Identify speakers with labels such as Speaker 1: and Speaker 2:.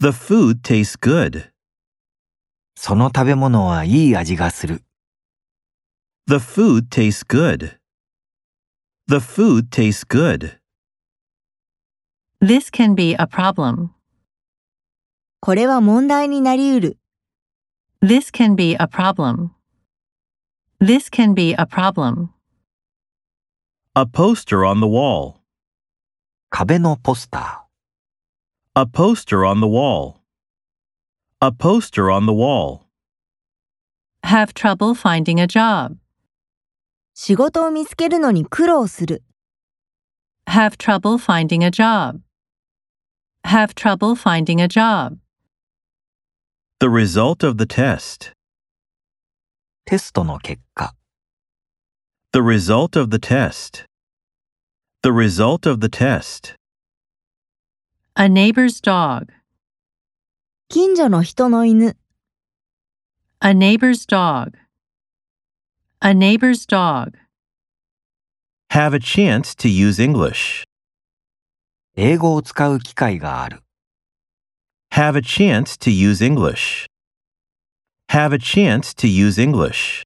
Speaker 1: The food tastes good.
Speaker 2: その食べ物はいい味がする。
Speaker 1: The food tastes good. The food tastes good.
Speaker 3: This can be a problem.
Speaker 4: これは問題になりうる。
Speaker 3: This can be a problem. This can be a problem.
Speaker 1: A poster on the wall.
Speaker 2: 壁のポスタ
Speaker 1: A poster on the wall. A poster on the wall.
Speaker 3: Have trouble finding a job.
Speaker 4: 仕事を見つけるのに苦労する。
Speaker 3: Have trouble finding a job. Have trouble finding a job.
Speaker 1: The result of the test.
Speaker 2: ー、テストの結果、
Speaker 1: The result of the test. The result of the test.
Speaker 3: A neighbor's dog.
Speaker 4: 近所の人の犬。
Speaker 3: A neighbor's dog. A neighbor's dog.
Speaker 1: Have a chance to use English.
Speaker 2: 英語を使う機会がある。
Speaker 1: Have a chance to use English. Have a chance to use English.